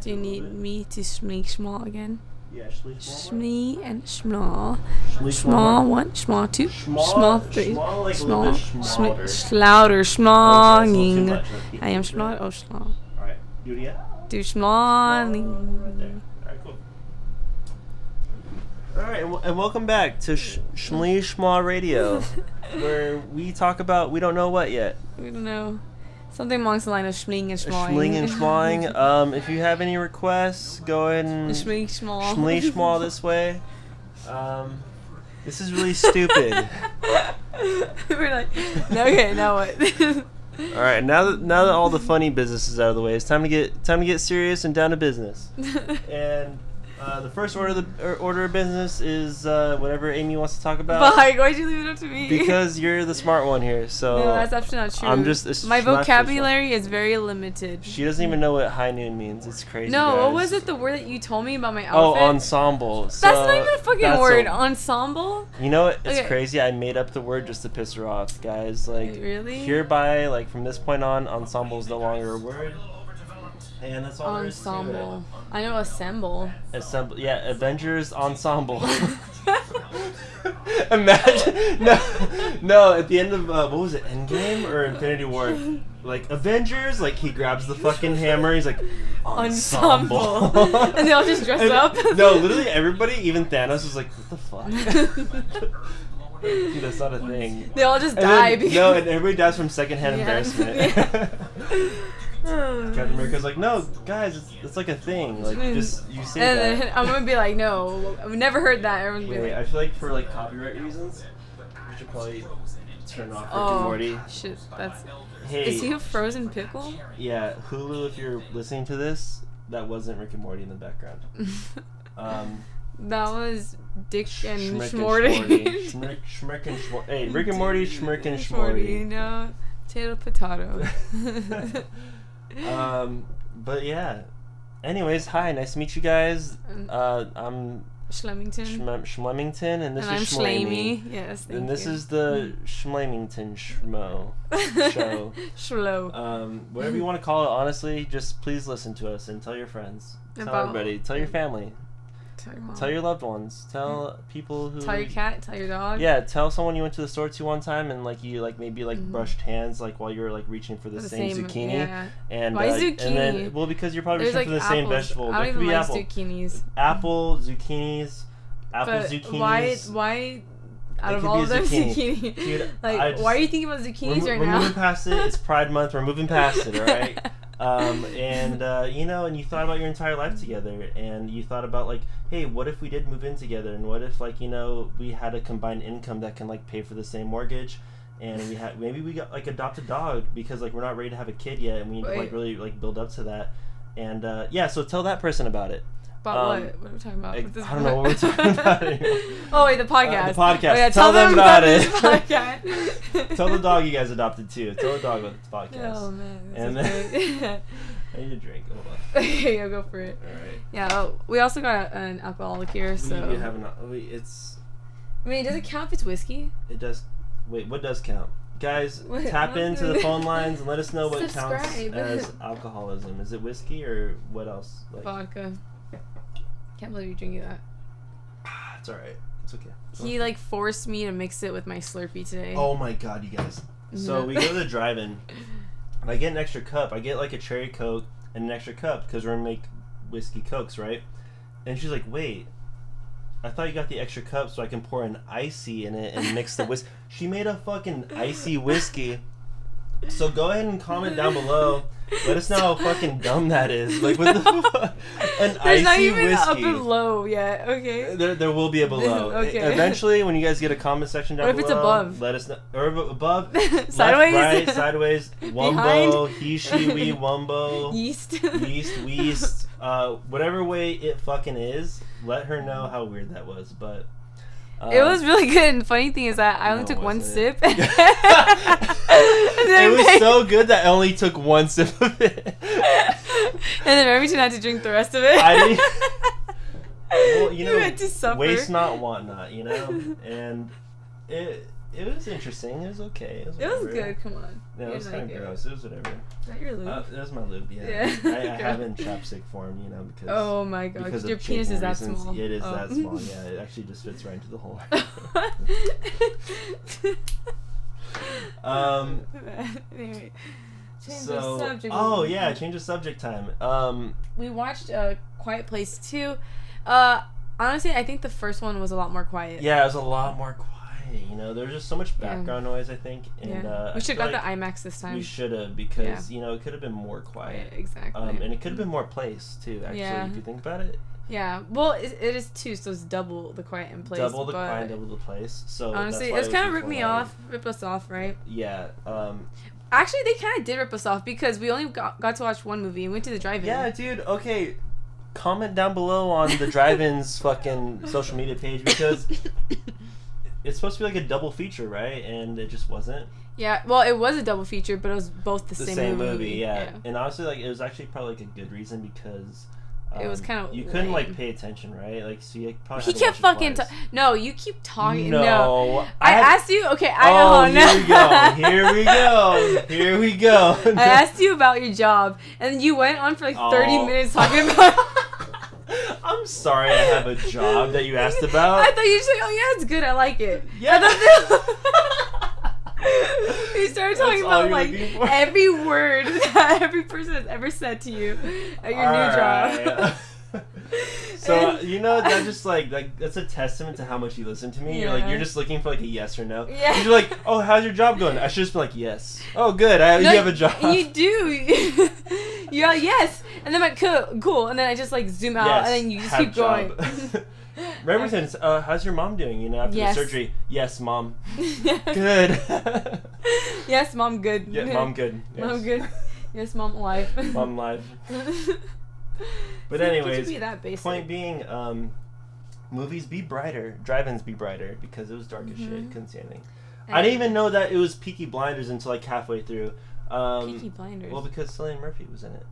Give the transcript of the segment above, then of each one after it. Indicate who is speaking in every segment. Speaker 1: Do you need me to schmee schmaw again?
Speaker 2: Yeah, Schlee
Speaker 1: Schmee and schmaw.
Speaker 2: Schlee
Speaker 1: Schmaw one, schmaw two,
Speaker 2: Schmaw-
Speaker 1: schmaw three,
Speaker 2: schmaw like a little
Speaker 1: schmaw,
Speaker 2: bit Oh,
Speaker 1: schmaw,
Speaker 2: schmauder.
Speaker 1: schlauder,
Speaker 2: that's a little too
Speaker 1: schmawing.
Speaker 2: much, like people
Speaker 1: I am
Speaker 2: do.
Speaker 1: schmaw, oh schmaw.
Speaker 2: Alright, do it again.
Speaker 1: Do
Speaker 2: Right there.
Speaker 1: schmawing.
Speaker 2: Alright, cool. Alright, and, w- and welcome back to Sh- Shmlee Schmaw Radio, where we talk about we don't know what yet.
Speaker 1: I don't know. Something along the line of schmeeing and schmawing.
Speaker 2: Schmling and Schmawing. Um, if you have any requests, go ahead and Shmlee
Speaker 1: Schmee schmaw.
Speaker 2: Schmaw this way. Um, this is really stupid.
Speaker 1: We're like, no, okay, now what?
Speaker 2: All right, now that now that all the funny business is out of the way, it's time to get time to get serious and down to business. And uh, the first order of the or order of business is uh, whatever Amy wants to talk about
Speaker 1: Why? Why'd you leave it up to me?
Speaker 2: because you're the smart one here. So
Speaker 1: no, that's actually not true.
Speaker 2: I'm just- it's
Speaker 1: my
Speaker 2: just not
Speaker 1: vocabulary is very limited.
Speaker 2: she doesn't even know what high noon means. It's crazy.
Speaker 1: no, what
Speaker 2: guys.
Speaker 1: was it? The word that you told me about my
Speaker 2: Oh,
Speaker 1: outfit.
Speaker 2: ensemble.
Speaker 1: That's not even a fucking word.
Speaker 2: On-
Speaker 1: Ensemble.
Speaker 2: you know what? It's
Speaker 1: Okay.
Speaker 2: crazy. I made up the word just to piss her off, guys. Like
Speaker 1: Really?
Speaker 2: Hereby, like from this point on, ensemble is no longer a word. And that's all there is to it.
Speaker 1: Ensemble. I know assemble.
Speaker 2: Assemble, yeah, Avengers ensemble. Imagine, no, no. At the end of uh, what was it, Endgame or Infinity War? Like Avengers, like he grabs the fucking hammer. He's like ensemble,
Speaker 1: Ensemble. And they all just dress up.
Speaker 2: No, literally everybody, even Thanos, was like, "What the fuck? Dude, that's not a thing."
Speaker 1: They all just
Speaker 2: And
Speaker 1: die
Speaker 2: then- no, and everybody dies from secondhand
Speaker 1: Yeah.
Speaker 2: embarrassment.
Speaker 1: Oh.
Speaker 2: Captain America's like, "No, guys, it's, it's like a thing. Like, just you say
Speaker 1: and
Speaker 2: that."
Speaker 1: then I'm gonna be like, no, I've never heard that. Everyone's gonna be
Speaker 2: Wait,
Speaker 1: like,
Speaker 2: I feel like for like copyright reasons, we should probably turn off Rick and Morty.
Speaker 1: oh, shit, that's.
Speaker 2: Hey,
Speaker 1: Is he a frozen pickle?
Speaker 2: yeah, Hulu, if you're listening to this, that wasn't Rick and Morty in the background. Um,
Speaker 1: That was Dick and
Speaker 2: Schmick
Speaker 1: Schmorty.
Speaker 2: Schmorty. Schmick, Schmick and Schmorty. Hey, Rick and Morty, Schmick and Schmorty.
Speaker 1: no. Potato, potato.
Speaker 2: Um, but yeah. Anyways, hi, nice to meet you guys. Uh, I'm
Speaker 1: Schlemington.
Speaker 2: Schlem- Schlemington, and this
Speaker 1: and I'm
Speaker 2: is Schlamey.
Speaker 1: Schlamey. Yes, thank
Speaker 2: And this
Speaker 1: you.
Speaker 2: is the Schlemington Schmo. show.
Speaker 1: Schlo.
Speaker 2: Um, whatever you want to call it, honestly, just please listen to us and tell your friends. Tell
Speaker 1: About-
Speaker 2: everybody. Tell your family.
Speaker 1: tell your mom.
Speaker 2: Tell your loved ones. Tell people who.
Speaker 1: Tell your cat, tell your dog.
Speaker 2: Yeah, tell someone you went to the store to one time and like you like maybe like brushed hands like while you were like reaching for the,
Speaker 1: Mm-hmm. The
Speaker 2: same, zucchini
Speaker 1: yeah.
Speaker 2: and
Speaker 1: Why
Speaker 2: uh, and
Speaker 1: zucchini?
Speaker 2: then well because you're probably
Speaker 1: There's
Speaker 2: reaching
Speaker 1: like
Speaker 2: for the
Speaker 1: apples.
Speaker 2: same vegetable.
Speaker 1: I
Speaker 2: There
Speaker 1: don't
Speaker 2: could
Speaker 1: even
Speaker 2: be
Speaker 1: like
Speaker 2: apple,
Speaker 1: zucchinis.
Speaker 2: apple, zucchinis, apple,
Speaker 1: But
Speaker 2: zucchinis.
Speaker 1: why? Why? Out
Speaker 2: It
Speaker 1: of
Speaker 2: could
Speaker 1: all
Speaker 2: be
Speaker 1: of
Speaker 2: a
Speaker 1: them,
Speaker 2: zucchini.
Speaker 1: zucchini.
Speaker 2: Dude,
Speaker 1: like,
Speaker 2: I just-
Speaker 1: why are you thinking about zucchinis
Speaker 2: we're, mo-
Speaker 1: right
Speaker 2: we're
Speaker 1: now?
Speaker 2: moving past it. It's Pride Month. We're moving past it. All right. um, and uh, you know, and you thought about your entire life together, and you thought about like, hey, what if we did move in together, and what if like you know we had a combined income that can like pay for the same mortgage, and we had maybe we got like adopt a dog because like we're not ready to have a kid yet, and we need to
Speaker 1: Right.
Speaker 2: like really like build up to that, and uh, yeah, so tell that person about it.
Speaker 1: About
Speaker 2: Um,
Speaker 1: what? What are we talking about?
Speaker 2: I-
Speaker 1: With this
Speaker 2: I don't know what we're talking about anymore.
Speaker 1: oh wait, the podcast.
Speaker 2: Uh, the podcast.
Speaker 1: Oh, yeah,
Speaker 2: Tell them about
Speaker 1: this
Speaker 2: it.
Speaker 1: podcast.
Speaker 2: Tell the dog you guys adopted too. Tell the dog about the podcast.
Speaker 1: Oh man. This
Speaker 2: And
Speaker 1: is
Speaker 2: then-
Speaker 1: great.
Speaker 2: I need a drink. Hold on.
Speaker 1: okay, yeah, go for it.
Speaker 2: All right.
Speaker 1: Yeah, oh, we also got an alcoholic here,
Speaker 2: We
Speaker 1: so
Speaker 2: need to have an. we- It's
Speaker 1: I mean, does it count if it's whiskey?
Speaker 2: it does. Wait, what does count, guys?
Speaker 1: Wait,
Speaker 2: tap
Speaker 1: I'm
Speaker 2: into
Speaker 1: doing
Speaker 2: the
Speaker 1: it.
Speaker 2: phone lines and let us know what
Speaker 1: Subscribe.
Speaker 2: counts as alcoholism. Is it whiskey or what else? Like,
Speaker 1: Vodka. Can't believe you're drinking that.
Speaker 2: it's all right. It's okay.
Speaker 1: He like forced me to mix it with my Slurpee today.
Speaker 2: Oh my god, you guys. So we go to the drive-in, and I get an extra cup. I get like a cherry coke and an extra cup because we're gonna make whiskey cokes, right? And she's like, "Wait, I thought you got the extra cup so I can pour an icy in it and mix the whiskey." she made a fucking icy whiskey. So go ahead and comment down below. Let us know how fucking dumb that is. Like what the fuck? An
Speaker 1: There's not
Speaker 2: icy
Speaker 1: even
Speaker 2: whiskey.
Speaker 1: up and low yet. Okay.
Speaker 2: There, there will be a below. E-,
Speaker 1: Okay.
Speaker 2: Eventually, when you guys get a comment section down
Speaker 1: What if it's
Speaker 2: below,
Speaker 1: above?
Speaker 2: let us know. Or ab- above,
Speaker 1: Sideways.
Speaker 2: Left, right, sideways. Wumbo,
Speaker 1: Behind.
Speaker 2: he, she, we, wumbo,
Speaker 1: Yeast.
Speaker 2: yeast, weast. Uh, whatever way it fucking is, let her know how weird that was. But uh,
Speaker 1: It was really good, and funny thing is that I only
Speaker 2: No,
Speaker 1: took
Speaker 2: it
Speaker 1: one
Speaker 2: wasn't.
Speaker 1: sip. And then
Speaker 2: it was
Speaker 1: they-
Speaker 2: so good that I only took one sip of it.
Speaker 1: and then Remington had to drink the rest of it.
Speaker 2: I didn't- Well, you
Speaker 1: He
Speaker 2: know,
Speaker 1: had to suffer.
Speaker 2: waste not, want not. You know, and it it was interesting. It was okay. It was,
Speaker 1: It was
Speaker 2: whatever.
Speaker 1: good. Come on.
Speaker 2: Yeah, it
Speaker 1: You're
Speaker 2: was
Speaker 1: not
Speaker 2: kind
Speaker 1: good.
Speaker 2: of gross. It was whatever.
Speaker 1: Is that your lube?
Speaker 2: Uh, that was my lube. Yeah.
Speaker 1: Mm. Yeah.
Speaker 2: I, I
Speaker 1: Okay.
Speaker 2: have it in chapstick form, you know, because
Speaker 1: oh my
Speaker 2: because
Speaker 1: gosh,
Speaker 2: of
Speaker 1: your penis
Speaker 2: shaping
Speaker 1: is that
Speaker 2: reasons.
Speaker 1: small.
Speaker 2: It is
Speaker 1: Oh.
Speaker 2: that small. Yeah, it actually just fits right into the hole. Um,
Speaker 1: anyway, change
Speaker 2: so,
Speaker 1: the subject.
Speaker 2: oh yeah, change the subject time. Um,
Speaker 1: we watched uh, Quiet Place Two. Uh, honestly, I think the first one was a lot more quiet.
Speaker 2: yeah, it was a lot more quiet. You know, there was just so much
Speaker 1: Yeah.
Speaker 2: background noise. I think, and
Speaker 1: Yeah.
Speaker 2: uh,
Speaker 1: we should
Speaker 2: have
Speaker 1: have got the IMAX this time.
Speaker 2: We should have because you know it could have been more
Speaker 1: yeah,
Speaker 2: quiet.
Speaker 1: exactly.
Speaker 2: Um, and it could have been more place too. Actually,
Speaker 1: Yeah.
Speaker 2: if you think about it,
Speaker 1: yeah. Well, it, it is two, so it's double the quiet in place.
Speaker 2: double the
Speaker 1: but
Speaker 2: quiet, double the place. So Oh, that's
Speaker 1: Honestly, it
Speaker 2: why
Speaker 1: was kind of ripped
Speaker 2: equal
Speaker 1: me
Speaker 2: value.
Speaker 1: off, ripped us off, right?
Speaker 2: Yeah. Um,
Speaker 1: Actually, they kind of did rip us off because we only got, got to watch one movie and went to the drive-in.
Speaker 2: Yeah, dude. Okay, comment down below on the drive-ins fucking social media page because it's supposed to be like a double feature, right? And it just wasn't
Speaker 1: yeah. Well, it was a double feature, but it was both the,
Speaker 2: the
Speaker 1: same,
Speaker 2: same, movie. yeah. and honestly, like it was actually probably like a good reason because
Speaker 1: It was
Speaker 2: um,
Speaker 1: kinda
Speaker 2: you couldn't
Speaker 1: lame.
Speaker 2: like pay attention, right? Like, so you probably
Speaker 1: He
Speaker 2: had to
Speaker 1: kept
Speaker 2: watch it
Speaker 1: fucking.
Speaker 2: twice.
Speaker 1: Ta- no, you keep talking. No.
Speaker 2: no,
Speaker 1: I,
Speaker 2: had-
Speaker 1: asked you. Okay, I
Speaker 2: Oh,
Speaker 1: oh, no.
Speaker 2: here we go. Here we go. Here we go.
Speaker 1: I asked you about your job, and you went on for like thirty
Speaker 2: Oh.
Speaker 1: minutes talking about.
Speaker 2: I'm sorry, I have a job that you asked about.
Speaker 1: I thought you just like, oh yeah, it's good. I like it.
Speaker 2: Yeah.
Speaker 1: I thought that- you started
Speaker 2: That's
Speaker 1: talking
Speaker 2: all
Speaker 1: about
Speaker 2: you're
Speaker 1: like
Speaker 2: looking for?
Speaker 1: every word that every person has ever said to you at your new job.
Speaker 2: Alright. so you know that just like like that's a testament to how much you listen to me. You're like
Speaker 1: Yeah.
Speaker 2: you're just looking for like a yes or no.
Speaker 1: Yeah.
Speaker 2: You're like, oh, how's your job going? I should just be like, yes. Oh, good. I,
Speaker 1: No,
Speaker 2: you have a job.
Speaker 1: You do. You're like, yes, and then I'm like cool, cool, and then I just like zoom out,
Speaker 2: Yes,
Speaker 1: and then you just
Speaker 2: have
Speaker 1: keep going.
Speaker 2: job. Remington's, uh, how's your mom doing? You know, after
Speaker 1: Yes.
Speaker 2: the surgery. Yes, mom. Good.
Speaker 1: yes, mom, good.
Speaker 2: yeah, mom, good. Yes.
Speaker 1: Mom, good. Yes, mom, alive.
Speaker 2: Mom, live. But
Speaker 1: See, could you
Speaker 2: anyways,
Speaker 1: be that basic?
Speaker 2: Point being, um, movies be brighter, drive-ins be brighter because it was dark as shit.
Speaker 1: Mhm.
Speaker 2: Couldn't see anything.
Speaker 1: And
Speaker 2: I didn't even know that it was Peaky Blinders until like halfway through. Um,
Speaker 1: Peaky Blinders.
Speaker 2: Well, because Cillian Murphy was in it.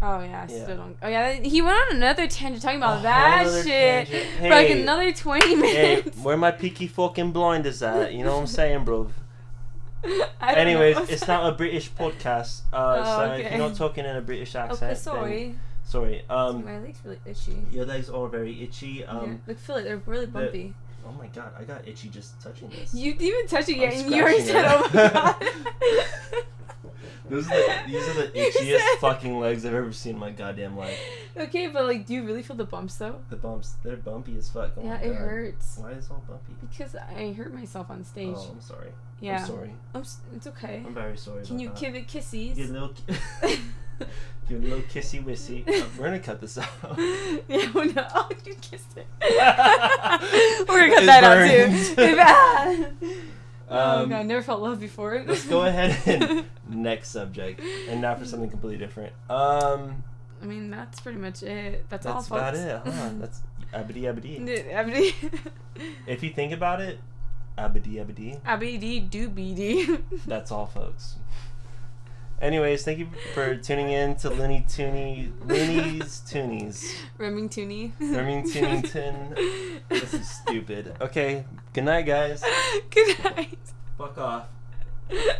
Speaker 1: oh yeah, I
Speaker 2: yeah.
Speaker 1: still don't. Oh yeah, he went on another tangent talking
Speaker 2: A
Speaker 1: about
Speaker 2: whole
Speaker 1: Oh, that
Speaker 2: other
Speaker 1: shit
Speaker 2: tangent.
Speaker 1: for like
Speaker 2: Hey.
Speaker 1: another twenty
Speaker 2: Hey,
Speaker 1: minutes.
Speaker 2: where my Peaky fucking blinders at? You know what I'm saying, bro?
Speaker 1: I don't
Speaker 2: Anyways,
Speaker 1: know.
Speaker 2: it's not a British podcast, uh,
Speaker 1: Oh,
Speaker 2: so if
Speaker 1: okay.
Speaker 2: you're not talking in a British accent,
Speaker 1: Okay,
Speaker 2: then-
Speaker 1: Oh, sorry.
Speaker 2: sorry. Um,
Speaker 1: My legs really itchy.
Speaker 2: your legs are very itchy.
Speaker 1: yeah.
Speaker 2: Um,
Speaker 1: Look, feel it. They're really bumpy.
Speaker 2: oh my god, I got itchy just touching this.
Speaker 1: You didn't even touch it yet,
Speaker 2: I'm
Speaker 1: and you already said,
Speaker 2: scratching
Speaker 1: "Oh
Speaker 2: it.
Speaker 1: my god."
Speaker 2: Those are the, these are the
Speaker 1: You
Speaker 2: itchiest
Speaker 1: said-
Speaker 2: fucking legs I've ever seen in my goddamn life.
Speaker 1: Okay, but like, do you really feel the bumps though?
Speaker 2: The bumps, they're bumpy as fuck. Oh
Speaker 1: yeah,
Speaker 2: my
Speaker 1: it
Speaker 2: God.
Speaker 1: hurts
Speaker 2: Why is it all bumpy?
Speaker 1: because I hurt myself on stage.
Speaker 2: Oh, I'm sorry.
Speaker 1: yeah,
Speaker 2: I'm sorry.
Speaker 1: I'm s- it's okay.
Speaker 2: I'm very sorry.
Speaker 1: Can
Speaker 2: about
Speaker 1: you
Speaker 2: that.
Speaker 1: give it kissies?
Speaker 2: Give a little, ki- give a little kissy wissy. Uh, we're gonna cut this out.
Speaker 1: yeah, well, no. Oh, you kissed it. We're gonna cut
Speaker 2: It
Speaker 1: that
Speaker 2: burns.
Speaker 1: out too. If- oh
Speaker 2: Um,
Speaker 1: god, I never felt love before.
Speaker 2: Let's go ahead and next subject, and now for something completely different. Um,
Speaker 1: I mean, that's pretty much it. That's, all.
Speaker 2: that's about
Speaker 1: folks.
Speaker 2: it. Huh? That's abidi abidi.
Speaker 1: Abdi,
Speaker 2: If you think about it, abidi abidi.
Speaker 1: Abdi do BD.
Speaker 2: That's all, folks. Anyways, thank you for tuning in to Lenny Tooney, Lenny's Toonies.
Speaker 1: Reming Toonie.
Speaker 2: Reming Toonington. This is stupid. Okay, good night, guys.
Speaker 1: Good night.
Speaker 2: Fuck off.